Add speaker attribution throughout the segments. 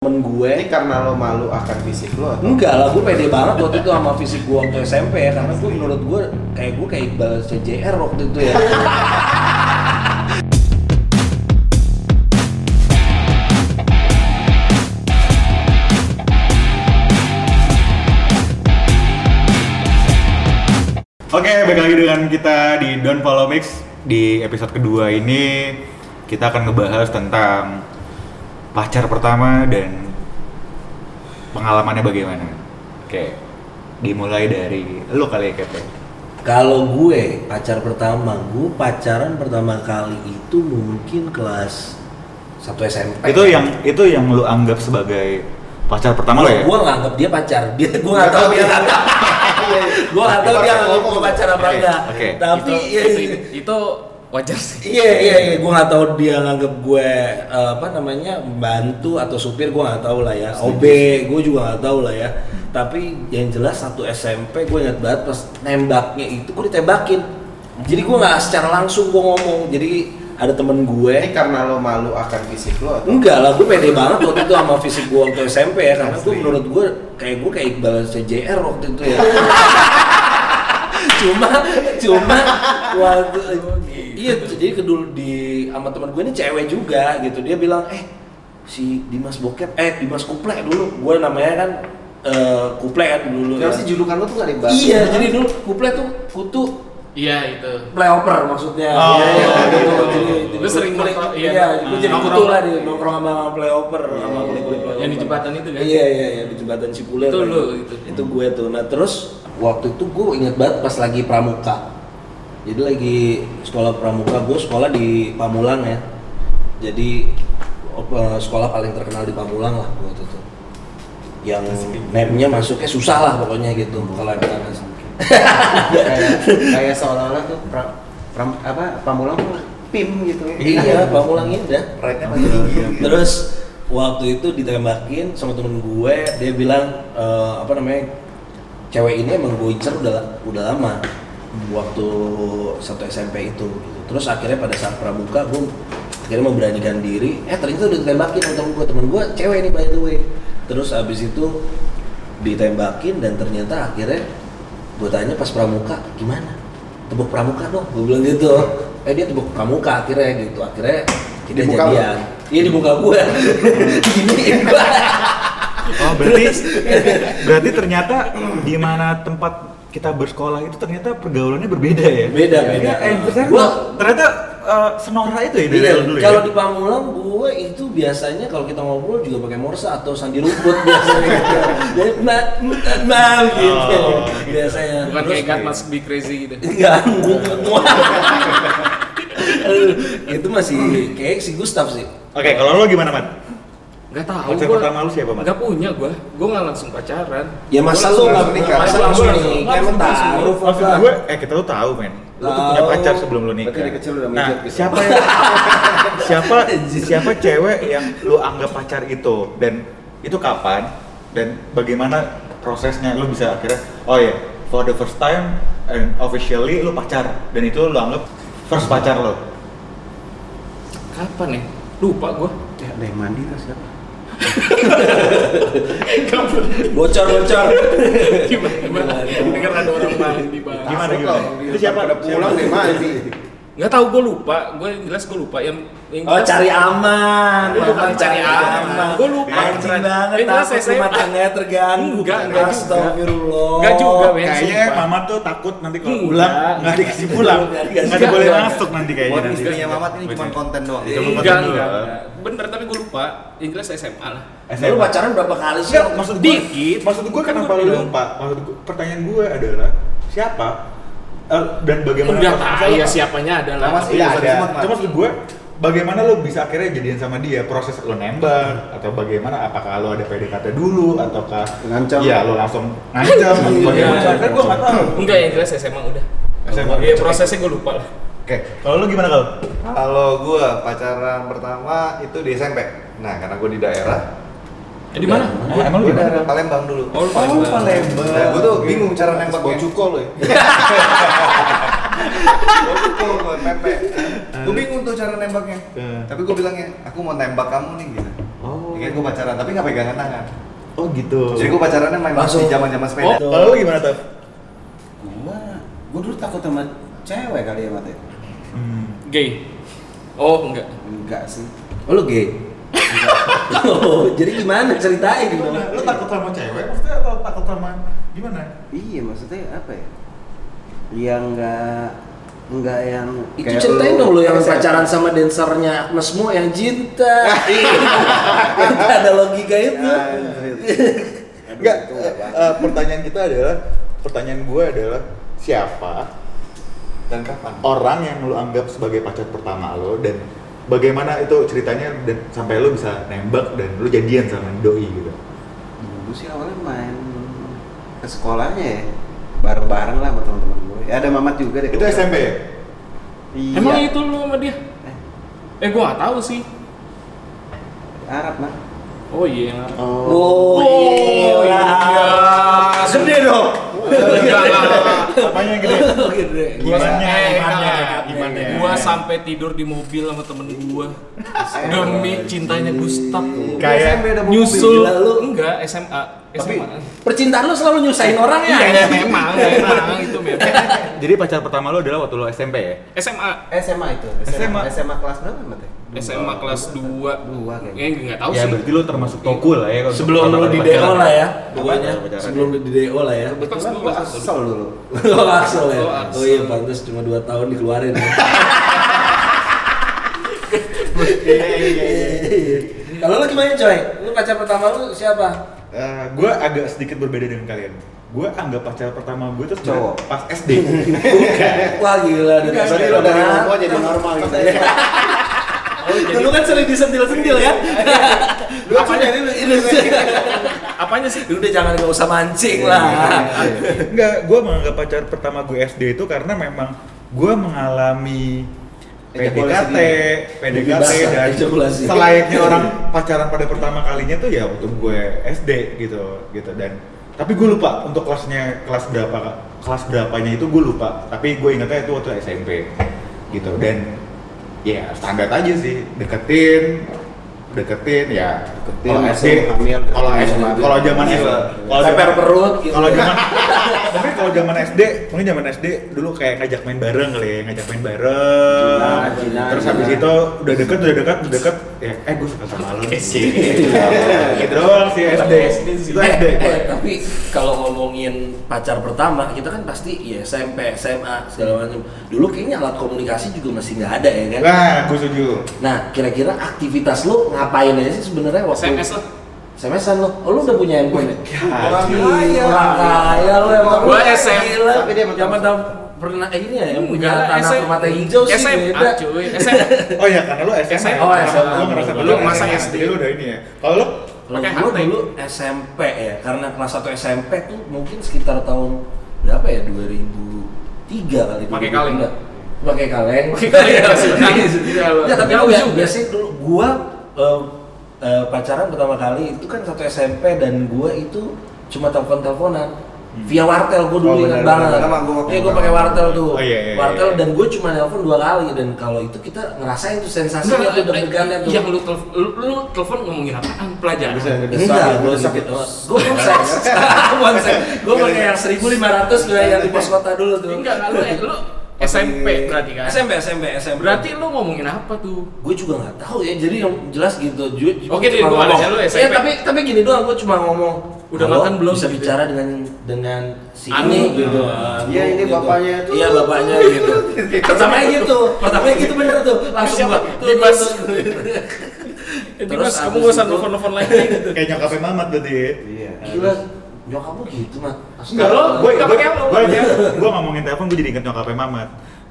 Speaker 1: temen gue
Speaker 2: Ini karena lo malu akan fisik lo atau?
Speaker 1: enggak lah gue pede banget waktu itu sama fisik gue waktu SMP ya karena gue menurut gue kayak gue kayak Iqbal CJR waktu itu ya
Speaker 3: Oke, balik lagi dengan kita di Don't Follow Mix Di episode kedua ini kita akan ngebahas tentang pacar pertama dan pengalamannya bagaimana Oke, dimulai dari lu kali ya Kepe
Speaker 1: kalau gue pacar pertama gue pacaran pertama kali itu mungkin kelas 1 SMP
Speaker 3: Itu yang itu yang lu anggap sebagai pacar pertama lo ya?
Speaker 1: gue nganggap dia pacar dia gue nggak tahu dia gue nggak tahu dia nganggap gue pacar apa
Speaker 3: Oke,
Speaker 1: enggak
Speaker 3: oke.
Speaker 1: tapi
Speaker 3: iya,
Speaker 4: itu, itu, itu wajar sih.
Speaker 1: Iya iya iya, gue nggak tahu dia nganggep gue eh, apa namanya bantu atau supir gue nggak tahu lah ya. OB gue juga nggak tahu lah ya. Tapi yang jelas satu SMP gue ingat banget pas nembaknya itu gue ditembakin. Jadi gue nggak secara langsung gue ngomong. Jadi ada temen
Speaker 2: Ini
Speaker 1: gue.
Speaker 2: karena lo malu akan fisik lo atau?
Speaker 1: Enggak lah, gue pede banget waktu itu sama fisik gue waktu SMP ya Karena gue menurut gue, kayak gue kayak Iqbal CJR waktu itu ya Cuma, cuma waktu, Iya, jadi kedul di sama teman gue ini cewek juga gitu. Dia bilang, "Eh, si Dimas Bokep, eh Dimas Kuplek dulu." Gue namanya kan eh Kuplek kan dulu.
Speaker 2: Kenapa
Speaker 1: kan.
Speaker 2: sih julukan lo tuh gak dibahas?
Speaker 1: Iya, jadi dulu Kuplek tuh kutu
Speaker 4: Iya itu.
Speaker 1: playoper maksudnya.
Speaker 3: Oh,
Speaker 1: Iya, iya,
Speaker 3: gitu.
Speaker 1: Jadi,
Speaker 4: Lu
Speaker 1: jadi
Speaker 4: sering
Speaker 1: kulit-
Speaker 4: nongkrong,
Speaker 1: iya,
Speaker 4: iya.
Speaker 1: gue jadi
Speaker 4: Nongkrong.
Speaker 1: kutu lah di nongkrong sama playoper sama kulit-kulit playoper.
Speaker 4: Yang di jembatan itu kan?
Speaker 1: Iya, iya, iya di jembatan Cipulir.
Speaker 4: Itu
Speaker 1: lagi.
Speaker 4: lu, gitu. itu.
Speaker 1: Itu gue tuh. Nah, terus waktu itu gue ingat banget pas lagi pramuka. Jadi lagi sekolah pramuka, gue sekolah di Pamulang ya. Jadi eh, sekolah paling terkenal di Pamulang lah waktu itu yang name-nya masuknya susah lah pokoknya gitu kalau MTNS
Speaker 2: kayak kayak seolah-olah tuh pra, pram- apa pamulang tuh pim gitu.
Speaker 1: iya Pamulang indah
Speaker 2: Rate-nya masih tinggi.
Speaker 1: Terus waktu itu ditembakin sama temen gue, dia bilang eh, apa namanya cewek ini emang gue incer udah udah lama waktu satu SMP itu. gitu. Terus akhirnya pada saat pramuka gue akhirnya memberanikan diri. Eh ternyata udah ditembakin sama temen gue, temen gue cewek ini by the way. Terus abis itu ditembakin dan ternyata akhirnya gue tanya pas pramuka gimana tebuk pramuka dong gue bilang gitu eh dia tebuk pramuka akhirnya gitu akhirnya kita
Speaker 2: Dibuka lu?
Speaker 1: jadian Iya di muka gue. Gini gue.
Speaker 3: Oh berarti berarti ternyata di mana tempat kita bersekolah itu ternyata pergaulannya berbeda ya?
Speaker 1: Beda, beda.
Speaker 3: Eh, ternyata,
Speaker 1: Gua-
Speaker 3: ternyata eh, senora itu ya dari
Speaker 1: Iya,
Speaker 3: lu dulu ya?
Speaker 1: kalau di Pamulang gue itu biasanya kalau kita ngobrol juga pakai morsa atau sandi rumput biasanya. Jadi nah, nah, nah gitu
Speaker 3: Oh, gitu.
Speaker 1: biasanya.
Speaker 4: Bukan
Speaker 1: Terus-
Speaker 4: kayak God must be crazy gitu.
Speaker 1: Enggak, gue itu masih kayak si Gustaf sih.
Speaker 3: Oke, kalau lo gimana, Mat?
Speaker 4: Gak tau
Speaker 3: Pacar pertama lu siapa, Mat?
Speaker 4: Gak punya gua. Gua gak langsung pacaran.
Speaker 1: Ya masa lu nggak
Speaker 2: nikah?
Speaker 1: masa
Speaker 4: Gua
Speaker 1: langsung
Speaker 4: langsung-
Speaker 1: nikah, emang
Speaker 4: langsung- langsung-
Speaker 1: taruh
Speaker 3: Maksud gue, eh kita tuh tahu, men. Lu tuh punya
Speaker 1: Tahu.
Speaker 3: pacar sebelum lu nikah.
Speaker 2: Berarti dari kecil udah
Speaker 3: nah,
Speaker 2: mijat gitu.
Speaker 3: siapa yang siapa siapa cewek yang lu anggap pacar itu dan itu kapan dan bagaimana prosesnya lu bisa akhirnya oh ya for the first time and officially lu pacar dan itu lu anggap first pacar lo
Speaker 4: Kapan ya? Lupa gua.
Speaker 2: Ya, ada yang mandi lah siapa?
Speaker 1: bocor bocor.
Speaker 4: Gimana? Dengar ada orang mandi bang.
Speaker 3: Gimana,
Speaker 2: Masuk
Speaker 3: gimana?
Speaker 2: kalau dia
Speaker 3: Itu siapa?
Speaker 2: pada pulang deh mandi.
Speaker 4: Gak tau gua lupa. Gua yang jelas gua lupa. Yang yang
Speaker 1: Oh
Speaker 4: jelas-
Speaker 1: cari aman,
Speaker 4: Itu bukan Iya, cari aman.
Speaker 1: Gue
Speaker 4: Gua
Speaker 1: lupa.
Speaker 4: lupa.
Speaker 1: Anjing
Speaker 4: Keren.
Speaker 1: banget,
Speaker 4: Eh, jelas
Speaker 1: takut
Speaker 4: saya-
Speaker 1: rumah tangga terganggu.
Speaker 4: Enggak, enggak juga.
Speaker 1: Astagfirullah.
Speaker 4: Enggak juga, men.
Speaker 3: Kayaknya
Speaker 4: Sumpah.
Speaker 3: mama tuh takut nanti kalau
Speaker 2: Iya.
Speaker 4: Enggak.
Speaker 3: pulang nggak dikasih pulang,
Speaker 1: Enggak,
Speaker 3: nggak boleh
Speaker 4: enggak.
Speaker 3: masuk nanti kayaknya.
Speaker 2: Buat
Speaker 3: nanti.
Speaker 2: istrinya Mamat ini cuma konten doang.
Speaker 3: Iya, cuma
Speaker 4: Enggak,
Speaker 3: konten
Speaker 4: enggak.
Speaker 3: doang.
Speaker 4: enggak. Bener tapi gua lupa. Yang jelas SMA lah.
Speaker 1: Lu pacaran berapa kali sih?
Speaker 3: Enggak, maksud gue,
Speaker 4: Dikit.
Speaker 3: maksud gue
Speaker 4: Kan
Speaker 3: kenapa
Speaker 4: gua
Speaker 3: lu
Speaker 4: bilang.
Speaker 3: lupa? Maksud gue, pertanyaan gue adalah siapa Eh, dan bagaimana?
Speaker 4: Enggak
Speaker 3: proses
Speaker 4: tahu
Speaker 3: lu
Speaker 4: ya
Speaker 3: lupa?
Speaker 4: siapanya
Speaker 2: Nah,
Speaker 4: adalah.
Speaker 2: Mas,
Speaker 3: Iya
Speaker 2: Iya,
Speaker 3: ada.
Speaker 2: ada.
Speaker 3: Cuma maksud gue, bagaimana lo bisa akhirnya jadian sama dia? Proses lo nembak atau bagaimana? Apakah lo ada PDKT dulu ataukah
Speaker 2: Ngancam.
Speaker 3: Iya, lo langsung ngancam. atau bagaimana?
Speaker 4: Iya.
Speaker 3: Kan gue nggak tahu.
Speaker 4: Enggak yang jelas SMA udah.
Speaker 3: SMA.
Speaker 4: Iya prosesnya gua lupa lah.
Speaker 5: Oke,
Speaker 3: Kalau lo gimana kalau?
Speaker 5: kalau gua pacaran pertama itu di SMP. Nah, karena gua di daerah,
Speaker 4: Jadi mana?
Speaker 3: Emang lo
Speaker 5: gua
Speaker 3: gimana?
Speaker 5: daerah Palembang dulu.
Speaker 4: Oh, lu paling bawah.
Speaker 5: Nah, gua tuh bingung cara nembaknya.
Speaker 2: Bau cuko lo ya.
Speaker 5: Betul, gua Pepe. Gua bingung tuh cara nembaknya.
Speaker 3: Eh.
Speaker 5: Tapi gua bilangnya, aku mau nembak kamu nih gitu.
Speaker 3: Oh.
Speaker 5: mungkin gue pacaran tapi nggak pegangan tangan
Speaker 3: Oh gitu.
Speaker 5: jadi gue pacarannya main
Speaker 1: Langsung.
Speaker 5: masih zaman
Speaker 6: Oh,
Speaker 5: zaman sepeda
Speaker 6: kalau lu gimana tuh?
Speaker 2: Gua, gua dulu takut sama cewek kali ya mati.
Speaker 3: Hmm.
Speaker 4: Gay. Oh, enggak.
Speaker 2: Enggak sih.
Speaker 1: Oh lu gay? oh, jadi gimana ceritain dong.
Speaker 3: Lu takut sama cewek maksudnya atau takut sama gimana?
Speaker 2: Iya maksudnya apa ya? Ya enggak enggak yang
Speaker 1: Itu
Speaker 2: kayak
Speaker 1: ceritain dong lu yang
Speaker 2: kayak
Speaker 1: pacaran
Speaker 2: saya-
Speaker 1: sama dansernya Agnes Mo yang cinta. Itu ada logika itu.
Speaker 2: Ah,
Speaker 3: Enggak. eh, eh, pertanyaan kita adalah pertanyaan gue adalah siapa
Speaker 5: dan kapan
Speaker 3: orang yang lu anggap sebagai pacar pertama lo dan bagaimana itu ceritanya dan sampai lu bisa nembak dan lu jadian sama doi gitu.
Speaker 2: Dulu sih awalnya main ke sekolahnya ya. Bareng-bareng lah sama teman-teman gue. Ya, ada Mamat juga deh.
Speaker 3: Itu SMP ya?
Speaker 2: Iya.
Speaker 4: Emang itu lu sama dia?
Speaker 2: Eh.
Speaker 4: Eh, gua gak tahu sih.
Speaker 2: Arab mah.
Speaker 4: Oh iya, yang Arab.
Speaker 1: Oh, iya. Gede dong.
Speaker 4: Enggak, enggak, enggak.
Speaker 3: Apanya yang gede?
Speaker 1: Gede.
Speaker 4: Gua-
Speaker 3: Imannya,
Speaker 4: eh,
Speaker 3: imannya,
Speaker 4: enggak.
Speaker 3: imannya.
Speaker 4: Gua sampai tidur di mobil sama temen gua
Speaker 2: Eh.
Speaker 4: demi cintanya Gustaf.
Speaker 3: Kayak
Speaker 2: SMP ada Iya. mobil.
Speaker 4: Nyusul
Speaker 1: gila lu.
Speaker 4: enggak SMA. SMA.
Speaker 1: Percintaan lu selalu nyusahin orang ya?
Speaker 4: Iya, memang, memang itu memang.
Speaker 3: Jadi pacar pertama lo adalah waktu lo SMP ya?
Speaker 4: SMA
Speaker 2: SMA itu.
Speaker 3: SMA.
Speaker 2: SMA kelas berapa Mat? ya?
Speaker 4: SMA kelas 2
Speaker 2: Dua kayaknya.
Speaker 4: Ya nggak tahu
Speaker 3: ya
Speaker 4: sih
Speaker 3: berarti lo termasuk toko lah ya kalau
Speaker 1: Sebelum
Speaker 3: pertama
Speaker 1: lu
Speaker 3: kali
Speaker 1: di
Speaker 3: pacaran.
Speaker 1: DO lah ya.
Speaker 3: Apanya
Speaker 1: Pokoknya
Speaker 3: pacaran?
Speaker 1: sebelum lu di DO lah ya.
Speaker 2: Kebetulan
Speaker 4: Kelas
Speaker 2: gua
Speaker 4: dua.
Speaker 2: asal dulu.
Speaker 1: Lo Axel ya?
Speaker 4: Lo Axel.
Speaker 1: Oh iya pantas cuma 2 tahun dikeluarin ya.
Speaker 3: iya,
Speaker 1: Iya, Kalau lu gimana coy? Lu pacar pertama lu siapa?
Speaker 3: Eh, gue agak sedikit berbeda dengan kalian. Gue anggap pacar pertama gue itu
Speaker 2: Cowok.
Speaker 3: cowok pas SD.
Speaker 1: Wah gila dari
Speaker 2: Enggak,
Speaker 1: tadi
Speaker 2: enggak,
Speaker 1: lo
Speaker 2: dari
Speaker 1: udah
Speaker 2: Papua jadi normal gitu.
Speaker 1: Dulu kan sering disentil-sentil ya. Lu apanya Iya, ini ini.
Speaker 4: Apanya sih?
Speaker 1: Lu udah jangan enggak usah mancing
Speaker 2: Iya.
Speaker 1: lah.
Speaker 3: Enggak, gue menganggap pacar pertama gue SD itu karena memang gue mengalami PDKT, PDKT
Speaker 1: Ejakulasi.
Speaker 3: dan
Speaker 1: Ejakulasi.
Speaker 3: selayaknya orang pacaran pada pertama kalinya tuh ya waktu gue SD gitu gitu dan tapi gue lupa untuk kelasnya kelas berapa kelas berapanya itu gue lupa tapi gue ingatnya itu waktu SMP gitu dan ya standar aja sih deketin deketin ya
Speaker 2: Deketin,
Speaker 3: kalau SD
Speaker 2: langsung hamil.
Speaker 3: kalau SD kalau zaman SD kalau zaman-
Speaker 1: Leper perut gitu.
Speaker 3: kalau zaman tapi kalau zaman SD mungkin zaman SD dulu kayak ngajak main bareng kali ya ngajak main bareng
Speaker 2: Gila, gila,
Speaker 3: terus
Speaker 2: gila.
Speaker 3: habis itu udah deket udah deket udah deket ya eh gue suka sama lo sih gitu doang sih
Speaker 1: iya.
Speaker 3: SD itu SD
Speaker 1: Eh, eh, tapi kalau ngomongin pacar pertama, kita kan pasti ya SMP, SMA segala macam. Dulu kayaknya alat komunikasi juga masih nggak ada ya kan?
Speaker 3: nah gue setuju
Speaker 1: Nah, kira-kira aktivitas lu ngapain aja sih sebenarnya waktu
Speaker 4: SMS lah
Speaker 1: SMS-an lu? Oh, lu udah punya handphone? ya?
Speaker 2: Ah.
Speaker 3: Orang
Speaker 1: kaya. Orang kaya lu emang.
Speaker 4: Iya, Gua
Speaker 1: Lu
Speaker 4: SM.
Speaker 1: Gila.
Speaker 2: Tapi dia emang
Speaker 1: Zaman tahun pernah eh, ini ya, yang punya
Speaker 4: Enggak,
Speaker 1: tanah
Speaker 4: SM.
Speaker 1: permata hijau sih
Speaker 4: SMA
Speaker 1: beda.
Speaker 4: cuy SMA
Speaker 3: oh ya karena lo SMA
Speaker 4: SMA.
Speaker 1: Oh,
Speaker 3: Karena
Speaker 1: SMA.
Speaker 3: lo ngerasa
Speaker 4: Belum masa
Speaker 3: SMA,
Speaker 4: SD.
Speaker 3: jadi lo udah ini ya kalau lo
Speaker 1: Kalau
Speaker 4: Pakai
Speaker 1: gua
Speaker 4: HT.
Speaker 1: dulu SMP ya, karena kelas 1 SMP tuh mungkin sekitar tahun berapa ya? 2003 kali.
Speaker 4: Pakai
Speaker 1: 2003.
Speaker 4: kaleng.
Speaker 1: Pakai kaleng.
Speaker 4: Pakai kaleng, ya, sih.
Speaker 1: Ya tapi
Speaker 4: Jauh
Speaker 1: lu ya,
Speaker 4: juga.
Speaker 1: biasanya dulu gua eh, eh, pacaran pertama kali itu kan satu SMP dan gua itu cuma telepon-teleponan
Speaker 4: Hmm.
Speaker 1: via wartel gua dulu
Speaker 3: Oh,
Speaker 1: ingat
Speaker 3: benar,
Speaker 1: banget.
Speaker 5: benar. Sama gua waktu
Speaker 1: Iya
Speaker 5: itu.
Speaker 1: gua pakai wartel tuh.
Speaker 3: Oh, iya, iya,
Speaker 1: wartel
Speaker 3: iya.
Speaker 1: dan gua cuma nelpon dua kali dan kalau itu kita ngerasain tuh sensasinya tuh deg-degannya tuh.
Speaker 4: eh, yang lu telepon lu, lu telepon ngomongin apaan pelajaran
Speaker 2: ya,
Speaker 1: Enggak, gue sakit Gue pun seks.
Speaker 2: Iya,
Speaker 1: Gue Gue pakai yang 1500 gue yang di pos
Speaker 2: Iya.
Speaker 1: kota dulu tuh.
Speaker 4: enggak enggak, lu eh, lu SMP berarti kan
Speaker 1: SMP, SMP, SMP.
Speaker 4: berarti lu ngomongin apa tuh
Speaker 1: gue juga nggak tahu ya. Jadi yang jelas gitu. Ju- ju- cuma
Speaker 4: Oke, jadi gua
Speaker 1: ngomong.
Speaker 4: ada lu SMP.
Speaker 1: Iya, tapi tapi gini doang gue cuma ngomong.
Speaker 4: Udah
Speaker 1: "Halo,
Speaker 4: makan belum?"
Speaker 1: Bisa
Speaker 4: gitu.
Speaker 1: bicara dengan dengan si
Speaker 4: Anu,
Speaker 1: ini
Speaker 4: gitu.
Speaker 1: Anu,
Speaker 2: Iya, ini
Speaker 1: gitu.
Speaker 2: bapaknya tuh. Iya.
Speaker 1: Iya bapaknya gitu. Pertamanya gitu. Pertamanya gitu bener tuh. Langsung
Speaker 4: Siapa?
Speaker 1: gua. tuh,
Speaker 4: Dimas.
Speaker 1: tuh, tuh.
Speaker 4: jadi
Speaker 1: Terus
Speaker 4: mas kamu
Speaker 1: abis
Speaker 4: gak usah
Speaker 1: itu-
Speaker 4: telepon telepon lagi gitu.
Speaker 3: kayak nyokapnya mamat berarti ya.
Speaker 2: Iya.
Speaker 1: Gila. Nyokap lu gitu mah.
Speaker 4: Enggak, lo
Speaker 3: gue
Speaker 4: Nggak
Speaker 3: gue
Speaker 4: pakai apa,
Speaker 3: gue gue ngomongin telepon gue jadi inget nyokapnya Mamat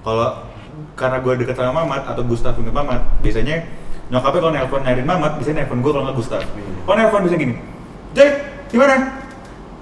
Speaker 3: kalau karena gue deket sama Mamat atau Gustaf inget Mamat biasanya nyokapnya kalau nelpon nyariin Mamat biasanya nelpon gue kalau nggak Gustaf
Speaker 1: Hmm.
Speaker 3: kalau nelpon bisa gini Jack gimana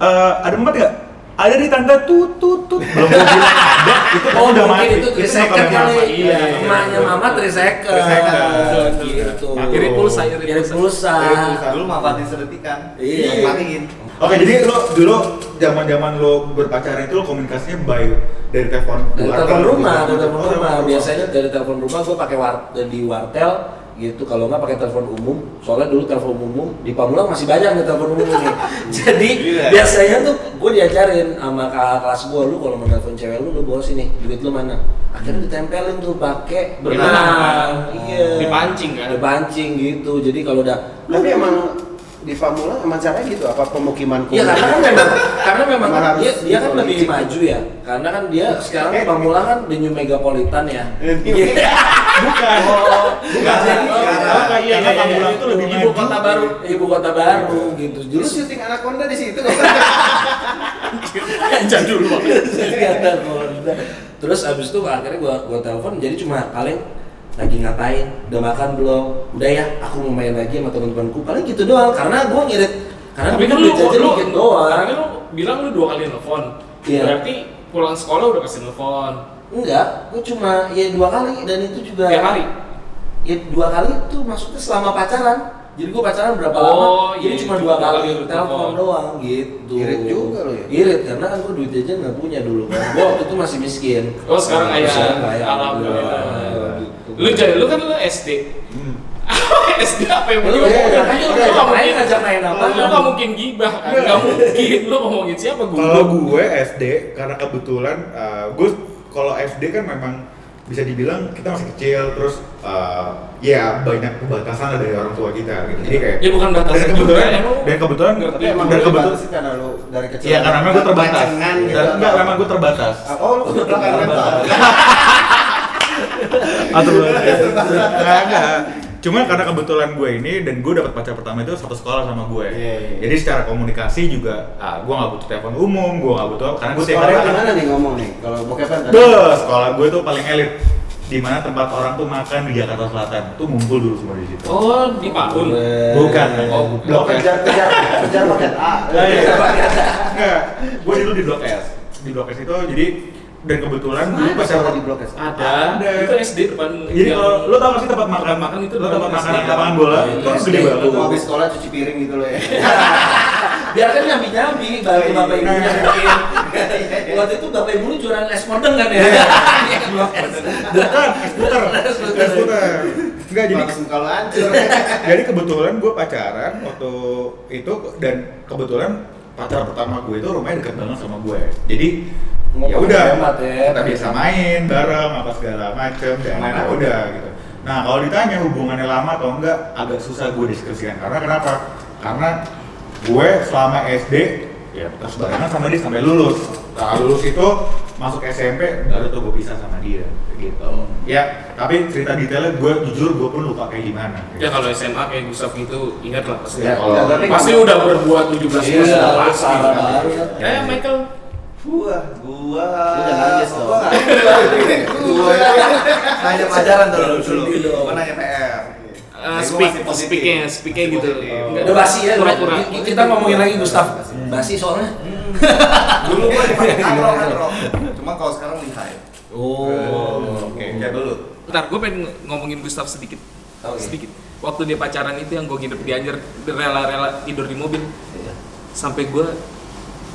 Speaker 3: Eh, ada Mamat nggak ada di tanda tut tut tut belum gue bilang ada itu kan
Speaker 1: Oh,
Speaker 3: udah
Speaker 1: mungkin
Speaker 3: mati
Speaker 1: itu
Speaker 3: nyokapnya
Speaker 1: triseker kali.
Speaker 3: Mamat.
Speaker 1: Iya,
Speaker 3: Iya, iya.
Speaker 1: emaknya mama triseker.
Speaker 3: Triseker.
Speaker 1: Gitu.
Speaker 3: Nah,
Speaker 4: irit pulsa
Speaker 1: Irit
Speaker 4: irit pulsa
Speaker 1: pulsa.
Speaker 5: dulu manfaatin
Speaker 2: kan.
Speaker 5: sedetikan
Speaker 1: Iya.
Speaker 5: manfaatin
Speaker 3: Oke, jadi lo dulu zaman-zaman lo berpacaran itu lo komunikasinya by dari telepon
Speaker 1: Dari
Speaker 3: keluarga,
Speaker 1: telepon
Speaker 3: gitu.
Speaker 1: rumah, dari telepon
Speaker 3: Oh,
Speaker 1: rumah. Biasanya dari telepon rumah gue pakai war eh, di wartel gitu kalau nggak pakai telepon umum soalnya dulu telepon umum di Pamulang masih banyak nih telepon umum nih jadi
Speaker 5: Gila.
Speaker 1: biasanya tuh gue diajarin sama kakak kelas gue lu kalau mau telepon cewek lu lu bawa sini duit lu mana akhirnya ditempelin tuh pakai
Speaker 4: Benang.
Speaker 1: benang iya
Speaker 4: Dipancing kan?
Speaker 1: dipancing gitu jadi kalau udah
Speaker 2: Tapi emang di Famula emang caranya gitu apa pemukiman
Speaker 1: Iya karena kan memang karena memang
Speaker 2: Emang harus
Speaker 1: dia, dia kan
Speaker 3: gitu.
Speaker 2: dipolitik.
Speaker 1: lebih maju ya. Karena kan dia
Speaker 3: Eh,
Speaker 1: sekarang pemula kan di New Megapolitan ya.
Speaker 3: Bukan.
Speaker 1: Bukan,
Speaker 5: Jadi,
Speaker 1: oh,
Speaker 5: karena-
Speaker 1: bukan, iya,
Speaker 3: karena
Speaker 1: iya, iya.
Speaker 3: Pamulang itu lebih
Speaker 4: ibu
Speaker 3: maju. Iya.
Speaker 4: kota baru.
Speaker 1: Ibu kota baru gitu.
Speaker 2: Dulu
Speaker 1: Dulu sih
Speaker 2: syuting Anaconda di situ kan.
Speaker 4: Jangan dulu.
Speaker 1: kata Honda. Terus abis itu akhirnya gua gua telepon jadi cuma paling lagi ngapain, udah makan belum, udah ya aku mau main lagi sama teman-temanku paling gitu doang karena gua ngirit karena
Speaker 4: Tapi
Speaker 1: gua
Speaker 4: kan lu,
Speaker 1: jajan
Speaker 4: lu,
Speaker 1: dikit
Speaker 4: tapi
Speaker 1: doang
Speaker 4: lu bilang lu dua kali nelfon.
Speaker 1: Iya.
Speaker 4: Berarti pulang sekolah udah pasti nelfon.
Speaker 1: enggak gua cuma ya dua kali dan itu juga
Speaker 4: Tiap hari.
Speaker 1: ya dua kali itu maksudnya selama pacaran jadi gue pacaran berapa
Speaker 4: Oh,
Speaker 1: lama jadi
Speaker 4: iya,
Speaker 1: cuma
Speaker 4: itu
Speaker 1: dua
Speaker 4: dua
Speaker 1: kali
Speaker 4: kali
Speaker 1: telepon
Speaker 4: telepon.
Speaker 1: doang gitu
Speaker 2: Irit juga lo ya?
Speaker 1: irit karena kan gue duit jajan nggak punya dulu kan gue waktu itu masih miskin
Speaker 4: Oh, sekarang
Speaker 1: Terus
Speaker 4: ayah.
Speaker 1: sekarang ayah.
Speaker 4: Alhamdulillah.
Speaker 1: Alhamdulillah, gitu.
Speaker 4: Lu jadi lu kan lu SD. SD apa yang
Speaker 1: Ya,
Speaker 4: mau
Speaker 1: lu ya, makanya
Speaker 4: diomongin? Lu
Speaker 1: udah
Speaker 4: nggak
Speaker 1: ngajak main
Speaker 4: mungkin-
Speaker 1: ngajak main apa
Speaker 4: Lu gak mungkin gibah kan? Gak mungkin. Lu ngomongin siapa?
Speaker 3: Kalau
Speaker 4: Gua.
Speaker 3: gue SD karena kebetulan uh, gue kalau SD kan memang bisa dibilang kita masih kecil terus uh, ya banyak pembatasan lah dari orang tua kita gitu. Jadi kayak
Speaker 4: Ya bukan
Speaker 3: dan
Speaker 4: batasan juga.
Speaker 3: kebetulan
Speaker 4: emang lu-
Speaker 3: dan kebetulan
Speaker 4: Ngerti
Speaker 2: Tapi emang
Speaker 3: dan
Speaker 2: dari
Speaker 3: kebetulan
Speaker 2: sih karena lu dari kecil.
Speaker 3: Iya karena memang gue terbatas.
Speaker 2: Pancingan gitu.
Speaker 3: Dan enggak memang gue terbatas.
Speaker 2: Oh, lu ke belakang rental.
Speaker 3: Atau enggak enggak. Cuma karena kebetulan gue ini dan gue dapat pacar pertama itu satu sekolah sama gue.
Speaker 2: Iya, iya.
Speaker 3: Jadi secara komunikasi juga ah, gue nggak butuh telepon umum, gue nggak butuh karena gue tiap
Speaker 2: Sekolahnya
Speaker 3: hari-
Speaker 2: gimana nih ngomong nih? Kalau bokepan kan.
Speaker 3: Beuh, sekolah gue tuh paling elit. Di mana tempat orang tuh makan di Jakarta Selatan. Tuh ngumpul dulu semua di situ.
Speaker 4: Oh, di Paun.
Speaker 3: Bukan.
Speaker 4: Oh,
Speaker 2: Eh, Blok kejar kejar kejar Ah, paket A.
Speaker 3: Nah, iya. Enggak. Gue dulu di Blok S. Di Blok S itu jadi dan kebetulan dulu
Speaker 2: Kenapa
Speaker 3: pas
Speaker 2: sekolah di blok S?
Speaker 4: Ada.
Speaker 3: Ada.
Speaker 4: Itu SD depan.
Speaker 3: Jadi
Speaker 4: yang-
Speaker 3: kalau lo tau gak sih tempat makan
Speaker 4: Makan itu
Speaker 3: lo tempat
Speaker 4: tempat
Speaker 3: makan
Speaker 4: SD.
Speaker 3: lapangan bola
Speaker 1: Iya,
Speaker 3: itu
Speaker 1: iya.
Speaker 3: gede banget.
Speaker 2: Lu mau habis sekolah cuci piring gitu loh ya.
Speaker 1: biar kan nyambi nyambi balik
Speaker 4: Iya.
Speaker 1: bapak ibunya mungkin Eh, waktu itu bapak ibu lu jualan es modeng kan ya
Speaker 4: Iya.
Speaker 3: Bukan, es puter, es puter. Enggak jadi
Speaker 2: Langsung kalau hancur.
Speaker 3: jadi kebetulan gue pacaran waktu itu dan kebetulan pacar pertama gue itu rumahnya dekat banget sama gue jadi
Speaker 1: Ngomong
Speaker 3: ya udah
Speaker 1: hemat ya.
Speaker 3: kita biasa main bareng apa segala macem dan
Speaker 2: Main
Speaker 3: lain-lain,
Speaker 2: apa?
Speaker 3: udah gitu nah kalau ditanya hubungannya lama atau enggak agak susah gue deskripsikan karena kenapa karena gue selama SD ya terus barengan sama dia sampai lulus nah, lulus itu masuk SMP baru tuh gue pisah sama dia gitu ya tapi cerita detailnya gue jujur gue pun lupa kayak gimana gitu.
Speaker 4: Ya kalau SMA kayak Gustaf itu ingat lah pasti.
Speaker 3: Ya, kalau-
Speaker 2: Iya, Tapi
Speaker 4: Pasti udah berbuat 17
Speaker 1: Iya,
Speaker 4: tahun sudah
Speaker 1: lu
Speaker 4: pasti.
Speaker 1: salah baru.
Speaker 4: Kayak Ya, Michael.
Speaker 2: Gua, gua.
Speaker 1: Lu udah nangis dong.
Speaker 2: Gua, gua.
Speaker 5: Nanya pacaran tuh lu dulu.
Speaker 1: Sedih dong.
Speaker 5: Gua nanya PR.
Speaker 4: Gitu. Eh, speak, speaknya, speaknya
Speaker 5: Masih
Speaker 4: gitu.
Speaker 5: positif.
Speaker 4: Enggak.
Speaker 1: Udah basi ya,
Speaker 4: Pura-pura.
Speaker 1: kita ngomongin lagi Gustaf Basi soalnya
Speaker 5: Dulu gua dipakai katrok, katrok. Cuma kalau sekarang lihai.
Speaker 3: Oh, oke.
Speaker 5: Ya dulu.
Speaker 4: Bentar, gue pengen ngomongin Gustaf sedikit.
Speaker 1: Oke.
Speaker 4: Sedikit. Waktu dia pacaran itu yang gue nginep di anjir rela-rela tidur di mobil. Sampai gue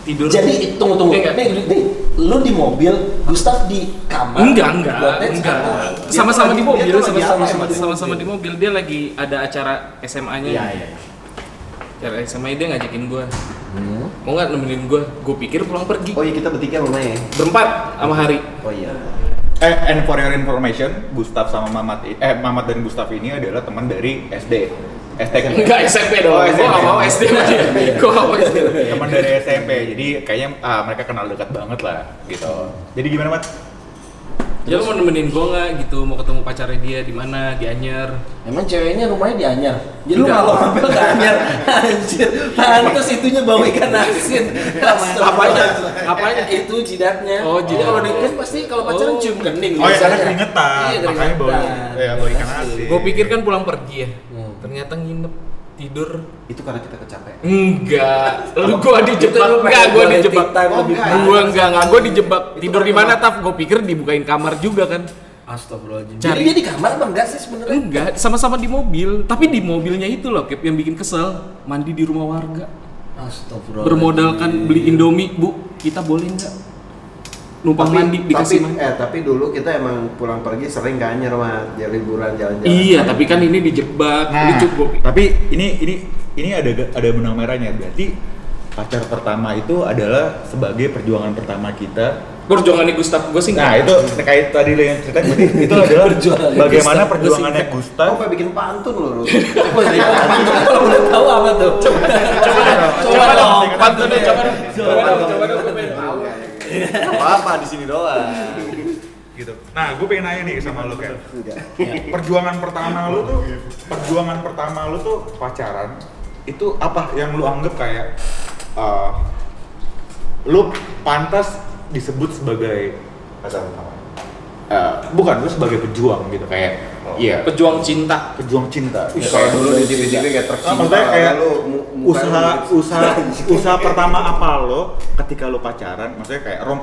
Speaker 4: tidur.
Speaker 1: Iya. Jadi tunggu tunggu. Nih,
Speaker 4: Iya, nggak?
Speaker 1: nih, nih, lu di mobil, Gustaf di kamar.
Speaker 4: Enggak, enggak,
Speaker 1: Buatnya
Speaker 4: enggak.
Speaker 1: sekarang. Dia
Speaker 4: Sama-sama
Speaker 1: tuh
Speaker 4: di
Speaker 1: lagi- dia
Speaker 4: mobil,
Speaker 1: tuh lagi
Speaker 4: sama-sama
Speaker 1: apa emang di
Speaker 4: sama-sama di
Speaker 1: mobil?
Speaker 4: mobil. Dia lagi ada acara SMA-nya.
Speaker 1: Iya, iya.
Speaker 4: Acara SMA dia ngajakin gue.
Speaker 1: Hmm.
Speaker 4: Mau nggak nemenin gue? Gue pikir pulang pergi.
Speaker 2: Oh iya kita bertiga rumah ya.
Speaker 4: Berempat sama Hari.
Speaker 2: Oh iya.
Speaker 3: Eh, and for your information, Gustaf sama Mamat i- eh Mamat dan Gustaf ini adalah teman dari SD. STK.
Speaker 4: Enggak SMP dong.
Speaker 3: Oh,
Speaker 4: Gue nggak mau SD sama dia. Gue nggak mau SD.
Speaker 3: Teman dari SMP. Jadi kayaknya ah, mereka kenal dekat banget lah gitu. Jadi gimana, Mat?
Speaker 4: Ya lu mau nemenin gue nggak gitu? Mau ketemu pacarnya dia di mana? Di Anyer.
Speaker 1: Emang ceweknya rumahnya di Anyar. Jadi lu
Speaker 4: Enggak.
Speaker 1: kalau ngambil ke Anyar, anjir. Pantes itunya bau ikan asin.
Speaker 4: Apanya?
Speaker 1: Apanya?
Speaker 4: Apanya?
Speaker 1: Itu jidatnya.
Speaker 4: Oh,
Speaker 1: Jadi
Speaker 4: jidat.
Speaker 1: kalau diikat pasti kalau pacaran
Speaker 4: Oh.
Speaker 1: cium kening.
Speaker 3: Oh ya, karena
Speaker 1: biasanya.
Speaker 3: keringetan,
Speaker 1: Iya,
Speaker 3: makanya bau.
Speaker 1: keringetan.
Speaker 3: Ya, bau ikan asin.
Speaker 4: Gue pikir kan pulang pergi ya.
Speaker 1: Hmm.
Speaker 4: Ternyata nginep tidur.
Speaker 2: Itu karena kita kecapean.
Speaker 4: Enggak. Lu gue dijebak.
Speaker 1: Itu lu
Speaker 4: Enggak,
Speaker 1: pengen
Speaker 4: gue
Speaker 1: quality
Speaker 4: dijebak.
Speaker 1: time lebih
Speaker 2: Enggak.
Speaker 1: banyak.
Speaker 4: Gue enggak enggak. Gue dijebak.
Speaker 2: Itu
Speaker 4: Tidur di mana taf? Gue pikir dibukain kamar juga kan.
Speaker 1: Astagfirullahaladzim. Jadi
Speaker 4: Cari.
Speaker 1: dia di kamar apa enggak sih sebenarnya?
Speaker 4: Enggak, sama-sama di mobil. Tapi di mobilnya itu loh, Kep, yang bikin kesel. Mandi di rumah warga.
Speaker 1: Astagfirullahaladzim.
Speaker 4: Bermodalkan beli Indomie, Bu. Kita boleh nggak? numpang mandi dikasih
Speaker 2: tapi,
Speaker 4: mandi.
Speaker 2: eh tapi dulu kita emang pulang pergi sering kan nyermat ya liburan jalan-jalan
Speaker 4: Iya, tapi kan ini dijebak,
Speaker 3: Nah,
Speaker 4: ini cukup.
Speaker 3: tapi ini ini ini ada ada benang merahnya. Berarti pacar pertama itu adalah sebagai perjuangan pertama kita.
Speaker 4: Perjuangannya Gustaf gue sih
Speaker 3: Nah,
Speaker 4: nggak.
Speaker 3: itu terkait tadi lo yang cerita berarti itu adalah
Speaker 1: Perjuangan
Speaker 3: bagaimana
Speaker 1: Gustav.
Speaker 3: perjuangannya
Speaker 2: Kau
Speaker 3: Gustav.
Speaker 2: apa bikin pantun loh Ruth?
Speaker 1: Kalau udah tahu apa tuh? Coba
Speaker 4: Coba dong, pantunnya, coba dong.
Speaker 1: Coba
Speaker 4: Coba dong,
Speaker 1: dong.
Speaker 4: coba dong, gue pengen tahu.
Speaker 5: apa-apa di sini doang
Speaker 3: gitu. Nah, gue pengen nanya nih sama lo kan.
Speaker 2: Enggak.
Speaker 3: Perjuangan pertama lo tuh, perjuangan pertama lo tuh pacaran itu apa yang lo anggap kayak eh, lo pantas disebut sebagai
Speaker 5: pacar pertama
Speaker 3: eh, bukan lo sebagai pejuang gitu kayak
Speaker 5: Oh.
Speaker 3: iya
Speaker 4: Pejuang cinta.
Speaker 3: pejuang cinta.
Speaker 2: Ya, Kalau dulu di TV-TV kayak tercinta
Speaker 3: Ah, maksudnya kayak
Speaker 2: lalu mu- gitu. mukanya
Speaker 3: usaha
Speaker 2: mirip-
Speaker 3: usaha usaha pertama apa lo ketika lo pacaran maksudnya kayak rom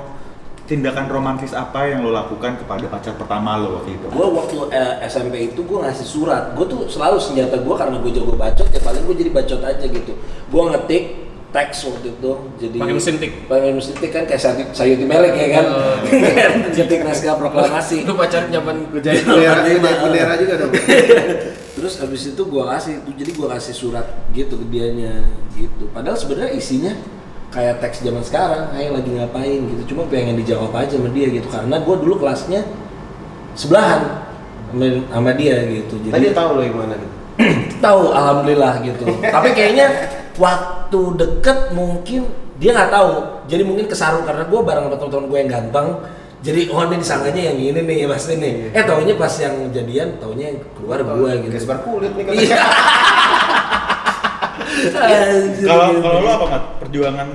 Speaker 3: tindakan romantis apa yang lo lakukan kepada pacar pertama lo waktu itu
Speaker 1: gue waktu eh, SMP itu gue ngasih surat gue tuh selalu senjata gue karena gue jago bacot ya paling gue jadi bacot aja gitu gue ngetik teks waktu itu jadi
Speaker 4: Pakai mesin tik. Oh, iya.
Speaker 1: pakai mesin tik kan kayak sayur, sayur di melek ya kan ngetik naskah proklamasi
Speaker 4: Lu pacar zaman
Speaker 2: Jadi bendera, jadi bendera juga dong.
Speaker 1: terus habis itu gue kasih tuh jadi gue kasih surat gitu ke dianya gitu padahal sebenarnya isinya kayak teks zaman sekarang ayo lagi ngapain gitu cuma pengen dijawab aja sama dia gitu karena gue dulu kelasnya sebelahan sama, sama dia gitu
Speaker 2: Tadi tahu lo yang mana gitu.
Speaker 1: tahu alhamdulillah gitu tapi kayaknya waktu deket mungkin dia nggak tahu jadi mungkin kesaru karena gue bareng sama teman-teman gue yang ganteng jadi oh ini disangkanya yang ini nih pasti nih eh taunya pas yang jadian taunya yang keluar gue gitu
Speaker 2: Gesper kulit nih
Speaker 1: Iya.
Speaker 2: katanya.
Speaker 1: Anjir.
Speaker 3: kalau kalau lo apa Mat? perjuangan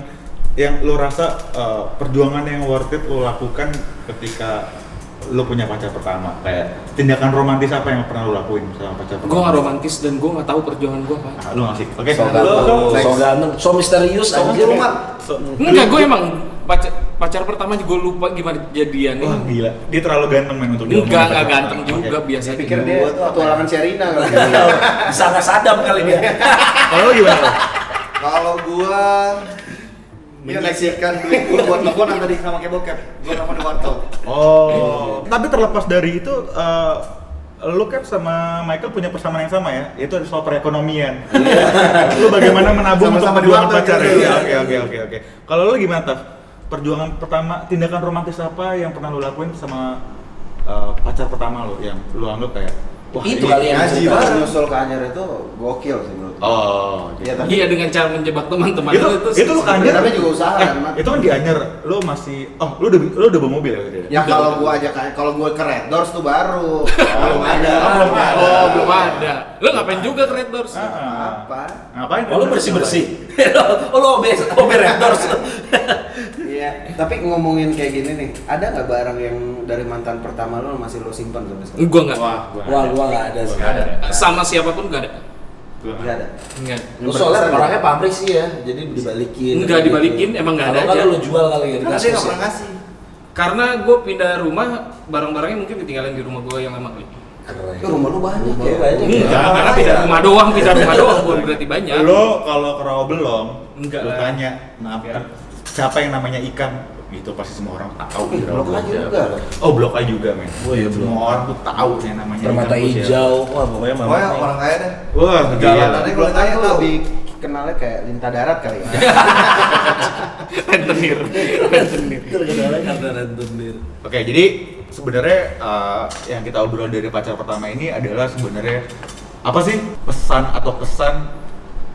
Speaker 3: yang lo rasa eh, perjuangan yang worth it lo lakukan ketika lo punya pacar pertama kayak tindakan romantis apa yang pernah lo lakuin sama pacar
Speaker 4: gue
Speaker 3: pertama
Speaker 4: nggak romantis dan gue nggak tahu perjuangan gue apa.
Speaker 3: Ah, lo ngasih oke
Speaker 1: so
Speaker 3: Lo-
Speaker 1: ganteng
Speaker 3: lo-
Speaker 1: so ganteng so misterius
Speaker 2: Sama
Speaker 1: anjir
Speaker 2: rumah.
Speaker 3: so-
Speaker 4: Enggak, gue emang pacar, pacar pertama gue lupa gimana jadiannya.
Speaker 3: Wah gitu. Iya, gila, dia terlalu ganteng men untuk
Speaker 4: Enggak,
Speaker 3: diomongin
Speaker 4: enggak
Speaker 3: pacar
Speaker 4: ganteng
Speaker 3: pertama.
Speaker 4: juga
Speaker 3: Oke.
Speaker 4: biasanya.
Speaker 2: Pikir dia
Speaker 5: Gua tuh apa
Speaker 2: petualangan Sherina kali
Speaker 1: Iya.
Speaker 2: ya.
Speaker 1: sangat sadam kali dia
Speaker 3: Kalau lo gimana? Lo?
Speaker 5: kalau gua menyisihkan duit gua buat nelfon tadi sama kayak bokep gua nelfon di warteg
Speaker 3: Oh, tapi terlepas dari itu, eh, lu Cap sama Michael punya persamaan yang sama ya, yaitu soal perekonomian. lu bagaimana menabung
Speaker 5: Iya. Sama-sama
Speaker 3: untuk
Speaker 5: di
Speaker 3: perjuangan
Speaker 5: warteg
Speaker 3: pacar?
Speaker 5: gitu
Speaker 3: Iya,
Speaker 5: ya.
Speaker 3: oke oke oke oke. Kalau lu gimana Taf? Perjuangan pertama, tindakan romantis apa yang pernah lu lakuin sama eh, pacar pertama lu yang lu anggap kayak
Speaker 1: Itu
Speaker 3: ini-
Speaker 1: kali yang
Speaker 5: ngaji
Speaker 1: cerita.
Speaker 5: banget.
Speaker 2: Nyusul ke Anyer itu gokil sih menurut gua.
Speaker 3: Oh, oke.
Speaker 2: Iya tapi
Speaker 4: Iya dengan cara menjebak teman-teman
Speaker 3: Itu itu lu kan
Speaker 2: Tapi juga usaha,
Speaker 3: Eh,
Speaker 2: Mat.
Speaker 3: itu kan di Anyer, lu masih oh, lu udah lu udah bawa mobil ya? gitu ya?
Speaker 2: Ya kalau gua ajak kalau gua ke Red Doors tuh baru. Oh, Belum ada.
Speaker 4: belum ada. Oh, belum ada. Lu ngapain juga ke Red Doors?
Speaker 3: Ah, ah.
Speaker 2: Apa?
Speaker 3: Ngapain?
Speaker 1: Oh lu bersih-bersih. oh lu obes, obes Raptors.
Speaker 2: Iya. Tapi ngomongin kayak gini nih, ada nggak barang yang dari mantan pertama lo masih lo simpan sampai sekarang?
Speaker 4: Gue nggak.
Speaker 3: Wah, gua.
Speaker 1: Wah, gua enggak ada sih.
Speaker 3: Nggak ada. ya?
Speaker 4: Sama siapapun nggak ada.
Speaker 3: Gua nggak
Speaker 2: Nggak ada.
Speaker 4: Nggak. ada.
Speaker 1: Lu soalnya orangnya pabrik sih ya, jadi dibalikin. gitu.
Speaker 4: Nggak dibalikin, emang nggak ada
Speaker 1: Kalau nggak
Speaker 4: aja.
Speaker 1: lu jual kali ya.
Speaker 5: kan dia nggak pernah ngasih
Speaker 4: Karena gue pindah rumah, barang-barangnya mungkin ketinggalan di rumah gue yang lama kali.
Speaker 2: Itu rumah lo banyak
Speaker 1: Rumah
Speaker 2: ya.
Speaker 1: lu banyak.
Speaker 4: Enggak,
Speaker 3: Iya.
Speaker 4: karena kan pindah rumah doang, pindah rumah doang bukan berarti banyak.
Speaker 3: Lo kalau ke rawa belum,
Speaker 4: Enggak
Speaker 3: lo
Speaker 4: lah.
Speaker 3: tanya, maaf ya, siapa yang namanya ikan? Itu pasti semua orang tahu di rawa
Speaker 2: Blok A
Speaker 3: belum.
Speaker 2: juga lo.
Speaker 3: Oh blok A juga men.
Speaker 1: Oh iya,
Speaker 3: semua
Speaker 1: Blok A.
Speaker 3: orang tuh tahu yang namanya
Speaker 1: Permata
Speaker 3: tuh siapa.
Speaker 1: hijau. Iya. Wah, pokoknya mama.
Speaker 5: pokoknya orang kaya deh
Speaker 3: Wah
Speaker 5: Jalan
Speaker 3: gila.
Speaker 5: tadi kalau
Speaker 2: Blok A
Speaker 5: tanya
Speaker 2: Iya. tuh
Speaker 5: tahu
Speaker 2: lebih kenalnya kayak lintah darat kali ya.
Speaker 4: Iya. rentenir. rentenir.
Speaker 1: terkenalnya karena rentenir.
Speaker 3: Oke jadi sebenarnya eh, yang kita obrol dari pacar pertama ini adalah sebenarnya apa sih pesan atau kesan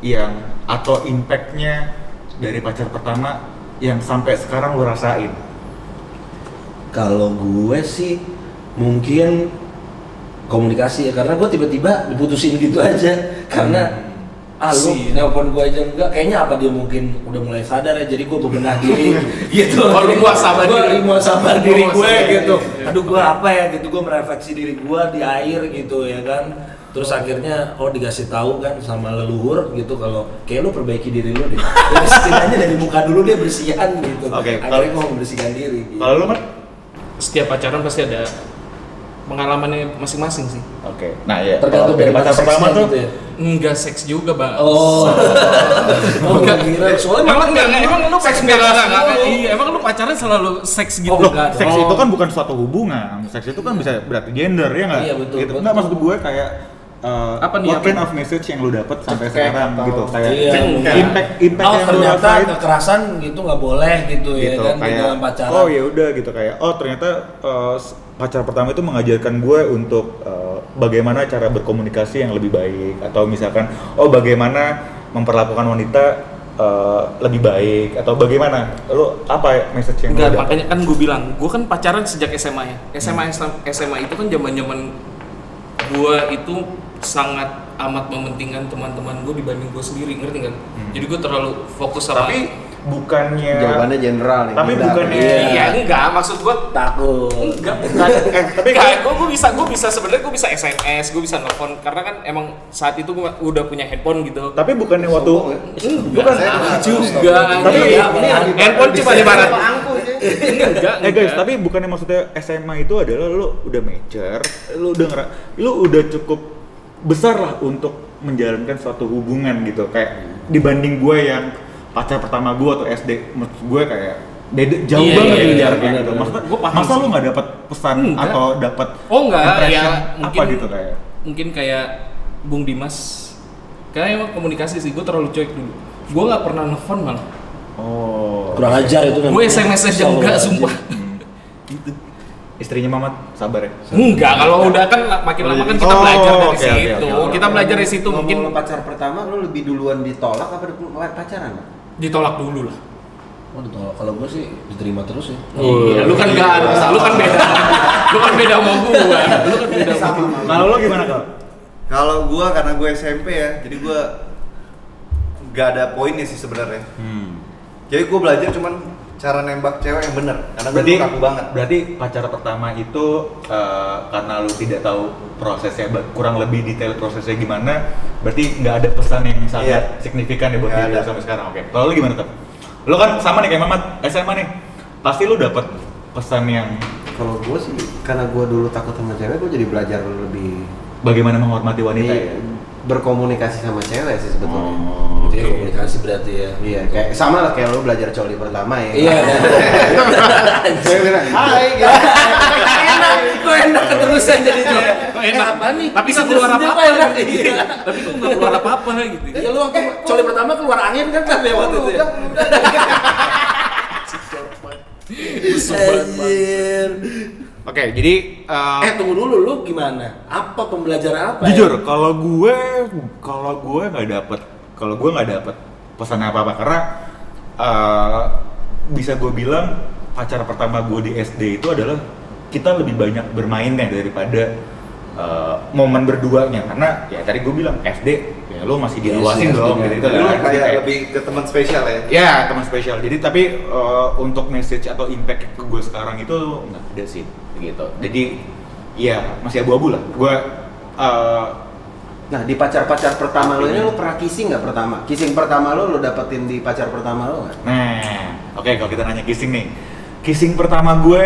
Speaker 3: yang atau impactnya dari pacar pertama yang sampai sekarang lo rasain?
Speaker 1: Kalau gue sih mungkin komunikasi ya karena gue tiba-tiba diputusin gitu aja karena ah lu
Speaker 4: Hmm. Sih.
Speaker 1: nelpon gue aja enggak kayaknya apa dia mungkin udah mulai sadar ya jadi gue bebenah diri gitu
Speaker 4: Oh, lu muasabah
Speaker 1: Gua
Speaker 4: diri.
Speaker 1: muasabah diri
Speaker 4: Lu
Speaker 1: gue
Speaker 4: muasabah diri.
Speaker 1: gitu
Speaker 4: Iya.
Speaker 1: aduh gue apa ya gitu gue merefleksi diri gue di air gitu ya kan terus akhirnya oh dikasih tahu kan sama leluhur gitu kalau kayak lu perbaiki diri lu deh Terus setidaknya dari muka dulu dia bersihan gitu
Speaker 3: Oke,
Speaker 1: akhirnya
Speaker 3: kalau-
Speaker 1: gue membersihkan diri gitu.
Speaker 3: Kalau lo Mat?
Speaker 4: Setiap pacaran pasti ada pengalamannya masing-masing sih
Speaker 3: Oke. Nah, ya.
Speaker 1: Tergantung
Speaker 3: dari
Speaker 1: dari
Speaker 3: pacar
Speaker 1: seksnya
Speaker 3: pertama tuh.
Speaker 1: gitu ya.
Speaker 4: enggak seks juga bang
Speaker 1: Oh. oh, gua kira soalnya memang
Speaker 4: Emang enggak, enggak, emang lu
Speaker 1: seks
Speaker 4: seks enggak, enggak, enggak,
Speaker 1: mulu.
Speaker 4: iya, emang lu pacaran selalu seks gitu
Speaker 3: Loh,
Speaker 4: enggak?
Speaker 3: seks
Speaker 4: Oh.
Speaker 3: itu kan bukan suatu hubungan. Seks itu kan bisa berarti gender ya nggak?
Speaker 1: Iya, betul,
Speaker 3: Gitu.
Speaker 1: betul.
Speaker 3: Nggak maksud gue kayak eh,
Speaker 4: Apa nih,
Speaker 3: what
Speaker 4: apa
Speaker 3: kind
Speaker 4: nih?
Speaker 3: of message yang lu dapat sampai
Speaker 5: Efek
Speaker 3: sekarang
Speaker 5: atau-
Speaker 3: gitu kayak
Speaker 1: Iya,
Speaker 4: mungkin.
Speaker 3: impact impact
Speaker 1: Oh
Speaker 3: yang lu
Speaker 1: ternyata
Speaker 3: rasain
Speaker 1: kekerasan gitu nggak boleh gitu, ya
Speaker 3: gitu
Speaker 1: kan di
Speaker 3: kayak
Speaker 1: dalam pacaran.
Speaker 3: oh ya udah gitu kayak oh ternyata eh, s- pacar pertama itu mengajarkan gue untuk eh, bagaimana cara berkomunikasi yang lebih baik atau misalkan oh bagaimana memperlakukan wanita eh, lebih baik atau bagaimana lo apa message yang lo
Speaker 4: Enggak,
Speaker 3: dapat?
Speaker 4: makanya kan gue bilang, gue kan pacaran sejak SMA ya. SMA SMA itu kan zaman-zaman gue itu sangat amat mementingkan teman-teman gue dibanding gue sendiri, ngerti kan? Jadi gue terlalu fokus
Speaker 3: Hmm.
Speaker 4: sama
Speaker 3: tapi bukannya
Speaker 2: Jawabannya general nih.
Speaker 3: tapi
Speaker 2: Gila.
Speaker 3: bukannya
Speaker 1: Iya.
Speaker 4: Iya, enggak, maksud gue
Speaker 1: takut.
Speaker 4: enggak bukan.
Speaker 3: Eh, tapi
Speaker 4: Enggak, gue bisa gue bisa sebenarnya gue bisa SMS, gue bisa nelfon karena kan emang saat itu gue udah punya handphone gitu.
Speaker 3: tapi bukannya waktu
Speaker 2: Sombong ya?
Speaker 4: Enggak
Speaker 2: Saya dengar.
Speaker 4: ah, juga.
Speaker 3: Tapi
Speaker 4: Iya,
Speaker 1: ini- ini
Speaker 4: apaan?
Speaker 1: lagi-
Speaker 4: handphone cuma di mana?
Speaker 2: Apa angkuh sih?
Speaker 4: Enggak,
Speaker 3: Eh guys,
Speaker 4: enggak.
Speaker 3: tapi bukannya maksudnya SMA itu adalah lu udah mature, lu udah ngera, lu udah cukup besar lah untuk menjalankan suatu hubungan gitu. Kayak
Speaker 4: Hmm.
Speaker 3: dibanding gue yang pacar pertama gue atau SD, maksud gue kayak beda jauh
Speaker 4: Iya,
Speaker 3: banget
Speaker 4: iya, iya,
Speaker 3: jaraknya
Speaker 1: benar,
Speaker 3: gitu.
Speaker 1: benar.
Speaker 3: Maksudnya,
Speaker 4: Gua paham
Speaker 3: masa
Speaker 4: sih.
Speaker 3: lu nggak dapat pesan
Speaker 4: Enggak.
Speaker 3: atau dapat
Speaker 4: Oh enggak, ya
Speaker 3: impression
Speaker 4: mungkin
Speaker 3: apa gitu kayak?
Speaker 4: mungkin kayak Bung Dimas. Karena emang komunikasi sih, gue terlalu cuek dulu. Gue nggak pernah nelfon malah.
Speaker 3: Oh,
Speaker 1: Kurang ajar itu Oh, iya.
Speaker 4: Gue SMS aja enggak, sumpah.
Speaker 3: gitu. Istrinya Mamat sabar ya.
Speaker 4: Enggak, kalau udah kan la- makin lama kan kita
Speaker 3: Oh,
Speaker 4: belajar dari
Speaker 3: oke, oke,
Speaker 4: situ.
Speaker 3: oke, oke.
Speaker 4: Kita belajar dari situ
Speaker 2: Ngomong
Speaker 4: mungkin
Speaker 2: lu pacar pertama lu lebih duluan ditolak apa dulu- pacaran?
Speaker 4: ditolak dulu lah.
Speaker 1: Waduh, kalau- kalau gue sih diterima terus ya.
Speaker 4: Iya, lu kan
Speaker 5: iya,
Speaker 4: enggak,
Speaker 5: iya,
Speaker 4: lu kan beda. lu kan beda sama gue. Lu kan beda sama gue.
Speaker 3: Kalau lo gimana kalau?
Speaker 5: Kalau gua karena gue SMP ya, jadi gua nggak ada poinnya sih sebenarnya. Jadi gua belajar cuman cara nembak cewek yang bener, karena gue
Speaker 3: berarti
Speaker 5: kaku banget.
Speaker 3: berarti pacar pertama itu eh, karena lu tidak tahu prosesnya ba- kurang lebih detail prosesnya gimana berarti nggak ada pesan yang sangat
Speaker 5: Iya.
Speaker 3: signifikan ya buat
Speaker 5: Nggak
Speaker 3: diri lu
Speaker 5: ada.
Speaker 3: sampai sekarang oke kalau lu gimana tuh lu kan sama nih kayak Mamat SMA nih pasti lu dapat pesan yang
Speaker 2: Kalau gue sih karena gue dulu takut sama cewek, gue jadi belajar lebih
Speaker 3: bagaimana menghormati wanita ya
Speaker 5: Iya.
Speaker 2: berkomunikasi sama cewek sih sebetulnya.
Speaker 3: Oh,
Speaker 1: Jadi
Speaker 3: oke.
Speaker 1: komunikasi berarti ya.
Speaker 2: Iya, kayak sama lah kayak lu belajar coli pertama ya.
Speaker 1: Iya.
Speaker 2: Saya bilang, Hai, gitu.
Speaker 1: enak, gue enak keterusan jadi cowok.
Speaker 4: Kok enak?
Speaker 1: Eh, apa nih?
Speaker 3: Iya.
Speaker 4: Tapi
Speaker 1: Bisa
Speaker 4: kan keluar
Speaker 1: terusin
Speaker 4: apa-apa.
Speaker 3: ya?
Speaker 1: dia, Pak, Iya.
Speaker 4: Tapi gue nggak keluar apa-apa gitu.
Speaker 1: Ya lu waktu coli pertama keluar angin kan kan ya waktu itu. ya?
Speaker 4: Busuk banget, Bang.
Speaker 1: Anjir.
Speaker 3: Oke, jadi eh,
Speaker 1: Eh tunggu dulu lu gimana? Apa pembelajaran apa?
Speaker 3: jujur
Speaker 1: Ya?
Speaker 3: kalau gue kalau gue nggak dapet kalau gue nggak dapet pesan apa apa karena eh, bisa gue bilang pacar pertama gue di SD itu adalah kita lebih banyak bermainnya daripada eh, momen berduanya karena ya tadi gue bilang SD ya lo masih
Speaker 1: Iya
Speaker 3: diawasin
Speaker 1: sih,
Speaker 3: dong
Speaker 1: SD.
Speaker 3: gitu,
Speaker 5: Jadi lu
Speaker 3: kan.
Speaker 5: kayak
Speaker 3: Kayak-
Speaker 5: lebih ke teman spesial ya.
Speaker 3: ya teman spesial jadi tapi eh, untuk message atau impact ke gue sekarang itu nggak ada sih gitu jadi ya masih abu-abu lah gue eh,
Speaker 2: Nah, di pacar-pacar pertama lu ini lu pernah kissing nggak pertama? Kissing pertama lu lu dapetin di pacar pertama lu nggak?
Speaker 3: Nah, oke kalau kita nanya kissing nih. Kissing pertama gue,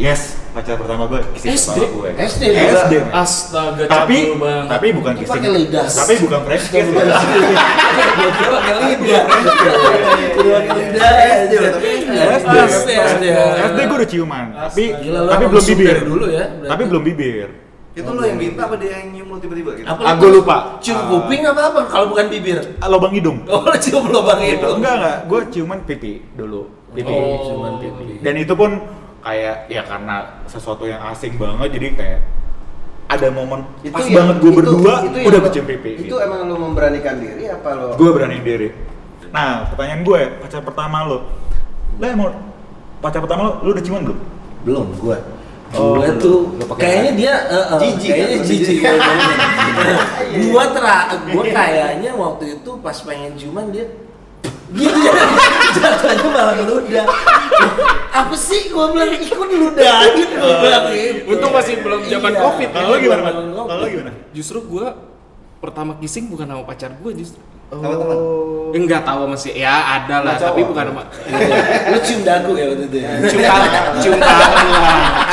Speaker 3: yes, pacar pertama gue, kissing
Speaker 4: SD?
Speaker 3: pertama gue.
Speaker 1: SD juga.
Speaker 3: SD.
Speaker 4: Astaga,
Speaker 3: Tapi
Speaker 4: cabul banget.
Speaker 3: tapi bukan
Speaker 1: Itu
Speaker 3: kissing.
Speaker 1: pakai lidah.
Speaker 3: Tapi bukan fresh kiss. ya.
Speaker 1: Gua kira pakai
Speaker 4: ya,
Speaker 1: lidah. Gua pakai lidah.
Speaker 5: Iya, tapi
Speaker 3: SD.
Speaker 1: SD.
Speaker 3: SD gue udah ciuman, tapi
Speaker 1: Gila, lu
Speaker 3: tapi
Speaker 1: sama
Speaker 3: belum
Speaker 1: supir
Speaker 3: bibir.
Speaker 1: dulu ya, berarti.
Speaker 3: Tapi belum bibir.
Speaker 5: Itu lo yang minta apa dia yang nyium lo tiba-tiba gitu?
Speaker 1: Apa
Speaker 3: Ah,
Speaker 1: lu
Speaker 3: gua
Speaker 1: tuh
Speaker 3: lupa.
Speaker 1: Cium
Speaker 3: Ah.
Speaker 1: kuping apa apa kalau bukan bibir?
Speaker 3: Ah, Lubang hidung.
Speaker 1: Oh, lu cium lubang
Speaker 3: Gitu.
Speaker 1: itu.
Speaker 3: Enggak enggak, gue ciuman pipi dulu. Pipi.
Speaker 4: Oh.
Speaker 1: Cuman pipi.
Speaker 3: Dan itu pun kayak ya karena sesuatu yang asing banget jadi kayak ada momen pas
Speaker 2: yang-
Speaker 3: banget gue
Speaker 2: itu-
Speaker 3: berdua
Speaker 2: itu yang
Speaker 3: udah
Speaker 2: lu-
Speaker 3: gue cium pipi.
Speaker 2: Itu
Speaker 3: gitu.
Speaker 2: emang lu memberanikan diri apa lu?
Speaker 3: gue berani diri nah pertanyaan gue pacar pertama lo lah mau pacar pertama lo lo udah ciuman belum
Speaker 1: belum gua
Speaker 3: Oh,
Speaker 1: gua
Speaker 3: belum.
Speaker 1: tuh
Speaker 3: Lu pakai
Speaker 1: kayaknya dia eh, eh,
Speaker 2: Jijik,
Speaker 1: kayaknya
Speaker 2: kan?
Speaker 1: jijik
Speaker 2: Jijik.
Speaker 1: gua bilang. gua tera gua kayaknya waktu itu pas pengen cuman dia gitu ya jatuhnya malah meludah apa sih gua bilang ikut ludahin gua bilang gitu
Speaker 4: Untung masih belum zaman
Speaker 1: Iya.
Speaker 4: Covid.
Speaker 3: kalau lo gimana Mat?
Speaker 1: Belum.
Speaker 3: kalau lo gimana
Speaker 4: Justru gue pertama kissing bukan sama pacar gue justru.
Speaker 5: sama teman
Speaker 3: Oh.
Speaker 4: Eh, nggak tahu masih ya ada lah
Speaker 5: Nggak cowok.
Speaker 4: tapi bukan sama
Speaker 1: lu cium dagu ya waktu itu ya?
Speaker 4: cium tangan cium tangan lah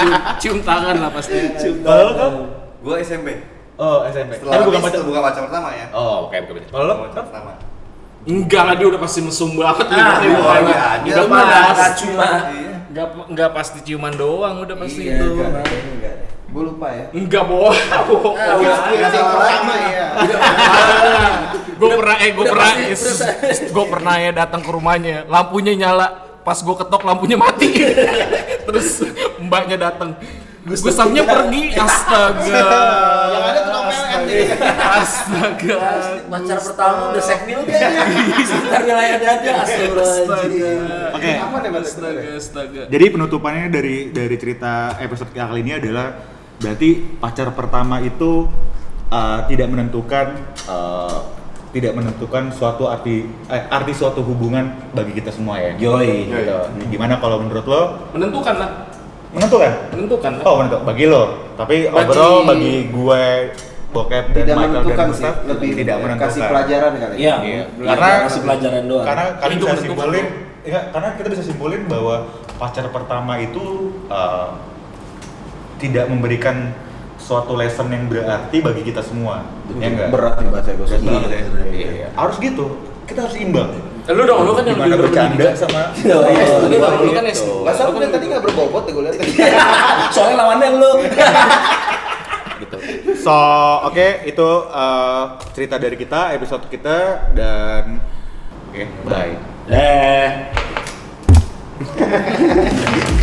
Speaker 4: cium, cium tangan lah pasti
Speaker 1: cium
Speaker 3: Kalau lu,
Speaker 1: dagu.
Speaker 5: gue SMP
Speaker 3: Oh, SMP.
Speaker 5: setelah
Speaker 3: Tapi bukan
Speaker 5: habis
Speaker 3: pacar.
Speaker 5: itu bukan pacar pertama ya
Speaker 3: Oh, oke, bukan pacar. Kalau lu,
Speaker 5: Bukan pacar pertama
Speaker 4: enggak lah dia udah pasti mesum banget nih
Speaker 1: Ah,
Speaker 4: pasti
Speaker 5: iya,
Speaker 4: mukanya.
Speaker 5: iya, ada.
Speaker 4: udah
Speaker 5: Lu
Speaker 1: mah ada
Speaker 4: pas
Speaker 1: cuma.
Speaker 5: iya
Speaker 4: nggak nggak pasti ciuman doang udah pasti
Speaker 1: Iya,
Speaker 4: itu
Speaker 1: enggak.
Speaker 2: Gue lupa ya.
Speaker 4: enggak bohong bohong
Speaker 5: Ah, udah udah sama lama ya
Speaker 4: gue pernah eh gue
Speaker 1: udah
Speaker 4: pernah
Speaker 1: pasti, udah
Speaker 4: gue pernah ya datang ke rumahnya lampunya nyala pas gue ketok lampunya mati terus mbaknya datang Gustafnya pergi astaga
Speaker 5: yang ada tukang PLN nih
Speaker 4: astaga
Speaker 1: pacar pertama udah save meal kayaknya sekitar wilayah dada astagfirullahaladzim
Speaker 3: Oke.
Speaker 2: Apa nih Mas?
Speaker 4: astaga astaga
Speaker 3: Jadi penutupannya dari dari cerita episode kali ini adalah berarti pacar pertama itu uh, tidak menentukan uh, tidak menentukan suatu arti eh, arti suatu hubungan bagi kita semua ya.
Speaker 1: Yoi.
Speaker 3: Gitu. Gimana kalau menurut lo?
Speaker 4: menentukan lah
Speaker 3: Menentukan?
Speaker 4: menentukan lah
Speaker 3: Oh, menentukan bagi lo. Tapi
Speaker 4: Bagi-
Speaker 3: overall bagi gue bokep dan
Speaker 2: Tidak
Speaker 3: Michael
Speaker 2: menentukan
Speaker 3: dan
Speaker 2: sih,
Speaker 3: Gustav
Speaker 2: lebih
Speaker 3: tidak menentukan.
Speaker 2: kasih pelajaran ya kali.
Speaker 1: Iya,
Speaker 3: Iya.
Speaker 1: karena
Speaker 3: Karena-
Speaker 1: masih pelajaran doang.
Speaker 3: Karena kami
Speaker 4: Itu
Speaker 3: bisa
Speaker 4: menentukan
Speaker 3: simpulin,
Speaker 4: dong.
Speaker 3: ya, karena kita bisa simpulin bahwa pacar pertama itu uh, tidak memberikan suatu lesson yang berarti bagi kita semua. Ya
Speaker 2: Iya,
Speaker 3: enggak?
Speaker 2: Berat nih bahasa gue.
Speaker 3: Berat banget ya.
Speaker 2: Iya.
Speaker 3: Iya, iya. Harus gitu. Kita harus imbang.
Speaker 4: Eh, lu dong lu kan yang
Speaker 3: Gimana
Speaker 4: lebih
Speaker 3: bercanda
Speaker 4: berpendidikan.
Speaker 3: sama
Speaker 1: Iya, iya.
Speaker 4: Lu kan- lu kan
Speaker 1: Gitu.
Speaker 4: SD.
Speaker 2: Bahasa lu dari tadi nggak berbobot ya gue lihat.
Speaker 1: soalnya lawannya lu
Speaker 3: gitu. So, oke itu uh, cerita dari kita, episode kita dan oke, bye.
Speaker 1: eh